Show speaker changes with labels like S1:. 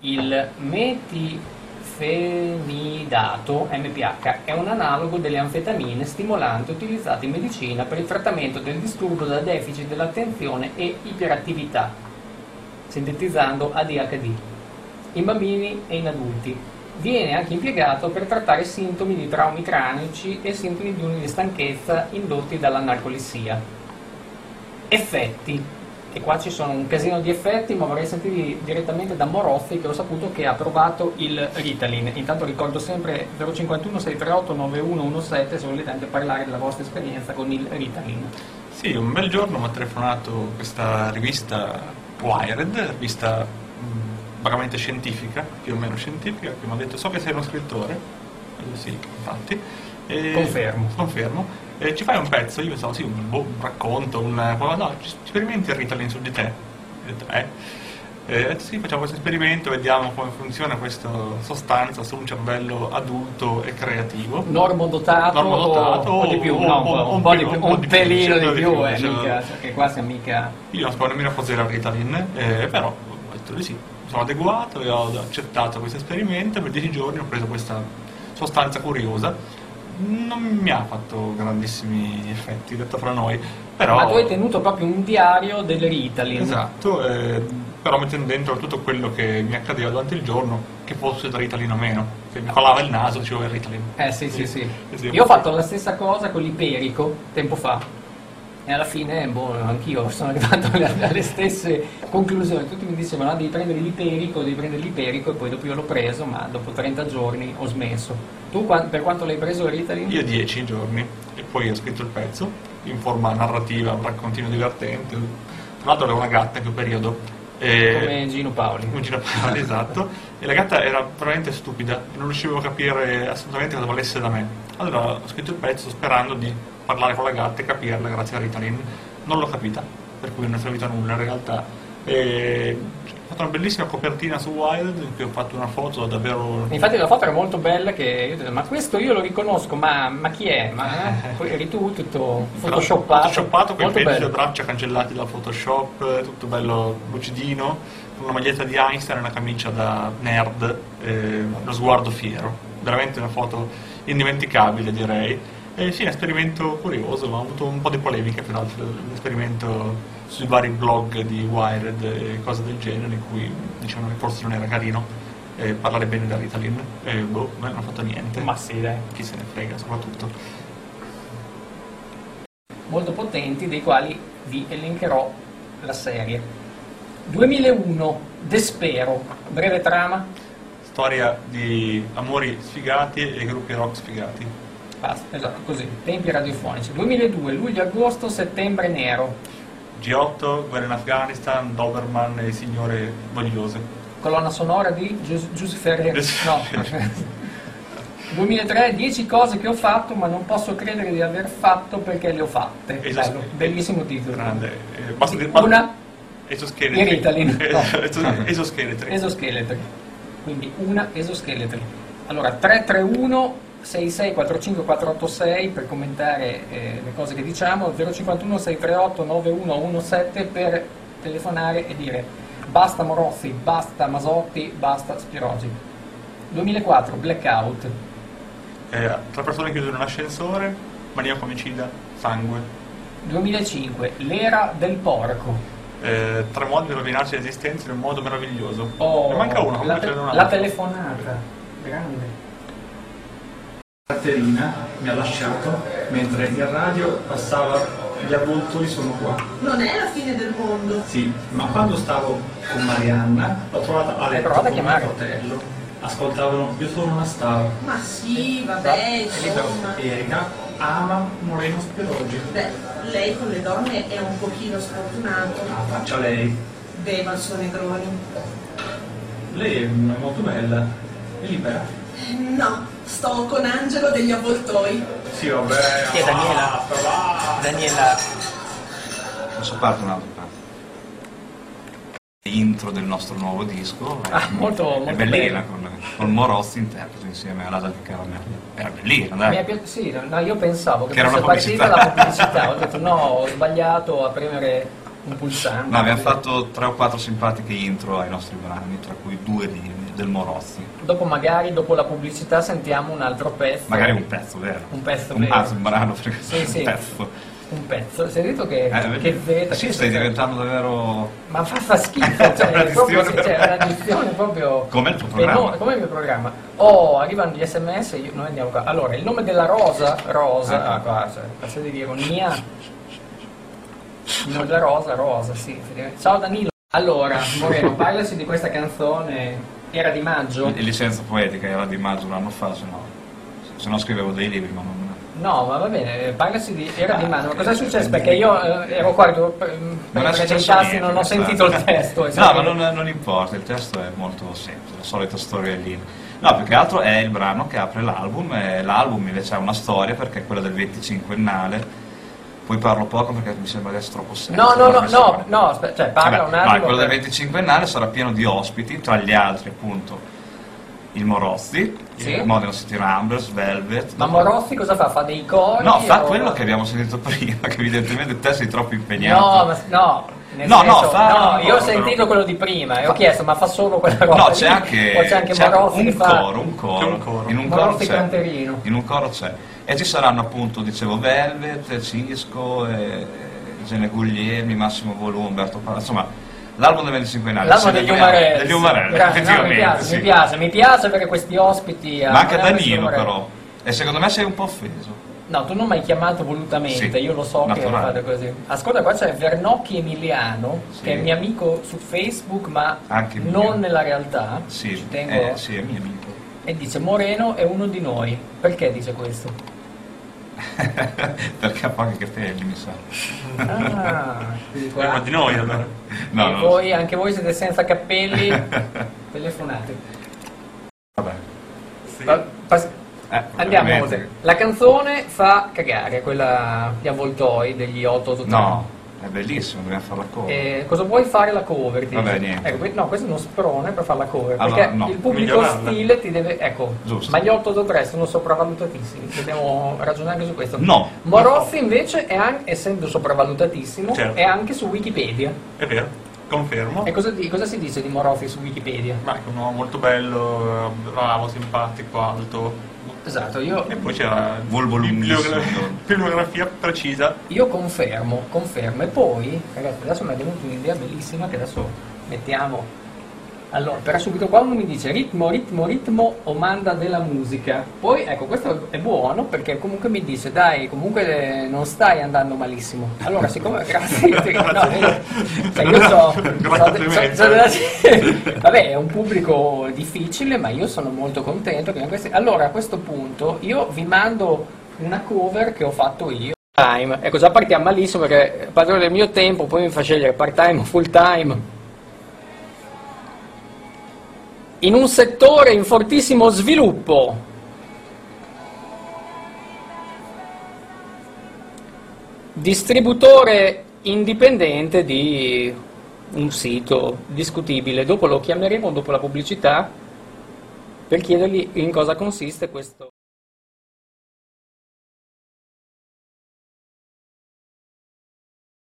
S1: Il metifenidato MPH è un analogo delle anfetamine stimolante utilizzato in medicina per il trattamento del disturbo da deficit dell'attenzione e iperattività, sintetizzando ADHD, in bambini e in adulti. Viene anche impiegato per trattare sintomi di traumi cranici e sintomi di di stanchezza indotti dalla narcolissia. Effetti e qua ci sono un casino di effetti, ma vorrei sentire direttamente da Morozzi che ho saputo che ha provato il Ritalin. Intanto ricordo sempre 051 638 9117 se volete anche parlare della vostra esperienza con il Ritalin.
S2: Sì, un bel giorno mi ha telefonato questa rivista Wired, rivista mh, vagamente scientifica, più o meno scientifica, che mi ha detto so che sei uno scrittore, eh, sì, infatti.
S1: E confermo.
S2: confermo. Eh, ci fai un pezzo? Io pensavo, sì, un, boh, un racconto, un... No, sperimenti il Ritalin su di te. Ho detto, eh? eh? sì, facciamo questo esperimento, vediamo come funziona questa sostanza su un cervello adulto e creativo.
S1: Normodotato,
S2: Normodotato
S1: o, o di più,
S2: o-
S1: no,
S2: o-
S1: un,
S2: un
S1: po' di
S2: più,
S1: più,
S2: un po'
S1: un
S2: di più,
S1: pelino di
S2: certo di
S1: più,
S2: più,
S1: eh,
S2: certo.
S1: mica, perché qua siamo mica...
S2: Io non spero nemmeno a cos'era il Ritalin, eh, però ho detto di sì, mi sono adeguato e ho accettato questo esperimento. Per dieci giorni ho preso questa sostanza curiosa. Non mi ha fatto grandissimi effetti, detto fra noi, però...
S1: Ma tu hai tenuto proprio un diario del Ritalin.
S2: Esatto, eh, però mettendo dentro tutto quello che mi accadeva durante il giorno, che fosse da Ritalin o meno. Se mi colava il naso, dicevo il Ritalin.
S1: Eh sì, sì, sì.
S2: sì.
S1: Io ho fatto la stessa cosa con l'iperico tempo fa. E alla fine, boh, anch'io sono arrivato alle, alle stesse conclusioni. Tutti mi dicevano, "Ah, devi prendere l'iperico, devi prendere l'iperico, e poi dopo io l'ho preso, ma dopo 30 giorni ho smesso. Tu qua- per quanto l'hai preso il Ritalin?
S2: Io dieci giorni e poi ho scritto il pezzo in forma narrativa, un raccontino divertente. Tra l'altro avevo una gatta in quel periodo. e-
S1: Come Gino Paoli.
S2: Un girapallone, esatto. E la gatta era veramente stupida, non riuscivo a capire assolutamente cosa valesse da me. Allora ho scritto il pezzo sperando di parlare con la gatta e capirla grazie a Ritalin. Non l'ho capita, per cui non è servito a nulla in realtà. E cioè, ho fatto una bellissima copertina su Wild in cui ho fatto una foto davvero...
S1: Infatti la foto era molto bella che io ho detto, ma questo io lo riconosco, ma, ma chi è? Ma eh?" poi eri tu tutto photoshoppato.
S2: Photoshoppato con i
S1: molto
S2: pezzi
S1: bello.
S2: e braccia cancellati da Photoshop, eh, tutto bello lucidino, con una maglietta di Einstein e una camicia da nerd, eh, lo sguardo fiero. Veramente una foto indimenticabile, direi. E sì, è un esperimento curioso, ma ha avuto un po' di polemiche, peraltro, l'esperimento sui vari blog di Wired e cose del genere, in cui dicevano che forse non era carino eh, parlare bene da Ritalin. E boh, ma non ho fatto niente.
S1: Ma sì, dai.
S2: chi se ne frega, soprattutto.
S1: molto potenti, dei quali vi elencherò la serie. 2001, Despero, breve trama,
S2: Storia di amori sfigati e gruppi rock sfigati.
S1: basta, esatto, così, tempi radiofonici. 2002, luglio-agosto, settembre nero,
S2: G8, guerra in Afghanistan, Doberman e signore vogliose.
S1: colonna sonora di Gius- Giuseppe Ferreri.
S2: Giuseppe
S1: No.
S2: Ferreri.
S1: 2003, 10 cose che ho fatto ma non posso credere di aver fatto perché le ho fatte.
S2: Esatto.
S1: Bello, bellissimo titolo.
S2: Grande. Eh, basta dire-
S1: Una
S2: Esoscheletri.
S1: in Ah. Ritalin.
S2: Eh, esos- Esoscheletri.
S1: Esoscheletri. Quindi una esoscheletri. Allora 331 6645486 per commentare eh, le cose che diciamo, 051 638 9117 per telefonare e dire basta Morozzi, basta Masotti, basta Spirogi. 2004 Blackout.
S2: Eh, tre persone chiuse in un ascensore, mania omicida, sangue.
S1: 2005 L'era del porco.
S2: Eh, tre modi per rovinarci l'esistenza in un modo meraviglioso.
S1: Oh,
S2: ne manca uno,
S1: la,
S2: comunque
S1: te-
S2: ce n'è un
S1: la
S2: altro.
S1: telefonata. Grande.
S3: Caterina mi ha lasciato mentre in radio passava gli avvoltoi sono qua.
S4: Non è la fine del mondo.
S3: Sì, ma quando stavo con Marianna l'ho trovata a
S1: Hai
S3: letto
S1: provato a
S3: con mio
S1: chiamare?
S3: fratello. Ascoltavano Io sono una star.
S4: Ma sì, vabbè,
S2: Esatto.
S3: E libero.
S4: insomma.
S3: Erika ama Moreno Speroggi.
S4: Beh, lei con le donne è un pochino sfortunato.
S3: La faccia lei.
S4: Beva il suo Negroni.
S3: Lei è molto bella. È libera.
S4: No, sto con Angelo degli avvoltoi.
S3: Sì, vabbè.
S1: Chi è Daniela?
S3: basta, basta.
S1: Daniela
S5: Posso parte un'altra parte? Intro del nostro nuovo disco
S1: Ah,
S5: è,
S1: molto-
S5: è
S1: molto
S5: bellina
S1: bello.
S5: con, con Morozzi interprete insieme alla Dani Caramella. Era bellina,
S2: Eh.
S1: Mi
S5: dai.
S1: è pi- sì, no, no, io pensavo che,
S5: Che era
S1: fosse
S5: una
S1: partita
S5: pubblicità.
S1: la pubblicità, ho detto no, ho sbagliato a premere un pulsante.
S2: No, abbiamo fatto tre o quattro simpatiche intro ai nostri brani, tra cui due di- del Morozzi.
S1: Dopo magari, dopo la pubblicità, sentiamo un altro pezzo.
S2: Magari un pezzo, vero?
S1: Un pezzo,
S2: un
S1: vero.
S2: pezzo, un brano, perché
S1: Sì,
S2: un
S1: sì.
S2: pezzo.
S1: Un pezzo. Sei detto che,
S2: Eh,
S1: che zeta.
S2: Sì,
S1: che
S2: stai
S1: zeta.
S2: diventando davvero...
S1: Ma fa, fa schifo, cioè,
S2: Una
S1: è proprio,
S2: dizione
S1: cioè, è
S2: per me.
S1: una dizione proprio...
S2: Come il tuo
S1: penosa,
S2: programma.
S1: come il mio programma. Oh, arrivano gli sms, io- noi andiamo qua. Allora, il nome della rosa, rosa,
S2: Ah.
S1: ah, qua, cioè, passa di ironia. Il nome della rosa, rosa, sì. effettivamente. Ciao Danilo. Allora, Moreno, parlaci di questa canzone, era di maggio?
S2: E licenza poetica era di maggio un anno fa, se no, se no scrivevo dei libri, ma non...
S1: No, ma va bene, eh, parlaci di Era di
S2: Ah,
S1: mano, ma
S2: ok.
S1: cosa è successo? Perché io eh, ero qua che dovevo pre-
S2: Non è
S1: prendere dei
S2: successo
S1: tassi,
S2: niente,
S1: non ho
S2: questa-
S1: sentito il testo. esatto.
S2: no, ma non, non importa, il testo è molto semplice, la solita storiellina. No, più che altro è il brano che apre l'album, e l'album invece ha una storia perché è quella del 25ennale. Poi parlo poco perché mi sembra adesso troppo
S1: No,
S2: semplice.
S1: no, no,
S2: Parlo
S1: no,
S2: sempre.
S1: no, aspe- cioè parla
S2: Vabbè,
S1: un attimo.
S2: no, quello del
S1: per-
S2: 25ennale sarà pieno di ospiti, tra gli altri appunto il Morozzi,
S1: Sì.
S2: il Modern City Ramblers, Velvet.
S1: Ma Morozzi cosa fa? Fa dei cori?
S2: No, fa
S1: o-
S2: quello che abbiamo sentito prima, che evidentemente te sei troppo impegnato.
S1: No, ma no. nel
S2: No, no,
S1: senso-
S2: fa-
S1: no, io ho
S2: no,
S1: sentito
S2: però-
S1: quello di prima e ho chiesto, ma fa solo quella roba?
S2: No,
S1: lì?
S2: c'è anche,
S1: O c'è anche
S2: c'è
S1: Morozzi
S2: un
S1: che fa...
S2: coro, un
S5: C'è
S2: coro,
S5: un coro.
S2: In un coro
S1: Morozzi
S2: c'è.
S1: Canterino.
S2: In un coro c'è. E ci saranno appunto, dicevo, Velvet, Cisco, eh, Gene Guglielmi, Massimo Volum, Umberto Palazzo, insomma, l'album del 25 anni.
S1: L'album degli Umarelli.
S2: Degli Umarelli,
S1: Grazie, no, mi
S2: effettivamente,
S1: piace,
S2: sì.
S1: mi piace, mi piace perché questi ospiti... eh,
S2: Ma anche
S1: hanno
S2: Danilo
S1: questo-
S2: però. E secondo me sei un po' offeso.
S1: No, tu non mi hai chiamato volutamente,
S2: Sì,
S1: io lo so
S2: naturale.
S1: che fate così. Ascolta, qua c'è Vernocchi Emiliano,
S2: Sì.
S1: che è mio amico su Facebook, ma
S2: Anche mio.
S1: non nella realtà.
S2: Sì,
S1: Ci tengo.
S2: eh, sì, è mio amico.
S1: E dice Moreno è uno di noi. Perché dice questo?
S2: Perché ha pochi capelli, mi sa.
S1: Ah, quindi qua-
S5: Prima di noi allora.
S2: No,
S1: e
S2: non lo so.
S1: voi, anche voi siete senza cappelli, telefonate.
S2: Vabbè.
S5: Sì.
S1: Pa- pas-
S2: Eh,
S1: andiamo
S2: ovviamente.
S1: oltre. La canzone fa cagare, quella di Avvoltoi degli 883.
S2: No, è bellissimo, dobbiamo fare la cover.
S1: Eh, cosa vuoi fare la cover? dici?
S2: Vabbè, niente.
S1: Ecco, que- no, questo è uno sprone per fare la cover.
S2: Allora,
S1: perché
S2: no,
S1: il pubblico
S5: migliorarla.
S1: ostile ti deve. Ecco,
S2: Giusto.
S1: ma gli 883 sono sopravvalutatissimi. Dobbiamo ragionare anche su questo.
S2: No.
S1: Morozzi invece, è an- essendo sopravvalutatissimo,
S5: Certo.
S1: è anche su Wikipedia.
S5: È vero, confermo.
S1: E cosa, di- cosa si dice di Morozzi su Wikipedia?
S5: Ma è un uomo molto bello, eh, bravo, simpatico, alto.
S1: Esatto, io,
S5: E poi c'era
S2: Volvo lunghissimo.
S5: bibliogra- bibliografia precisa.
S1: io confermo, confermo. E poi, ragazzi, adesso mi è venuta un'idea bellissima che adesso mettiamo. Allora, però subito qua uno mi dice ritmo, ritmo, ritmo o manda della musica. Poi, ecco, questo è buono perché comunque mi dice, dai, comunque eh, non stai andando malissimo. Allora, siccome... Grazie. sì, no, io- cioè, io so...
S5: Grazie
S1: so- so- so-
S5: mille.
S1: sì. vabbè, è un pubblico difficile, ma io sono molto contento. Che questi- Allora, a questo punto, io vi mando una cover che ho fatto io. Time. Ecco, già partiamo malissimo perché padrone del mio tempo, poi mi fa scegliere part time o full time. in un settore in fortissimo sviluppo. Distributore indipendente di un sito discutibile. Dopo lo chiameremo dopo la pubblicità per chiedergli in cosa consiste questo.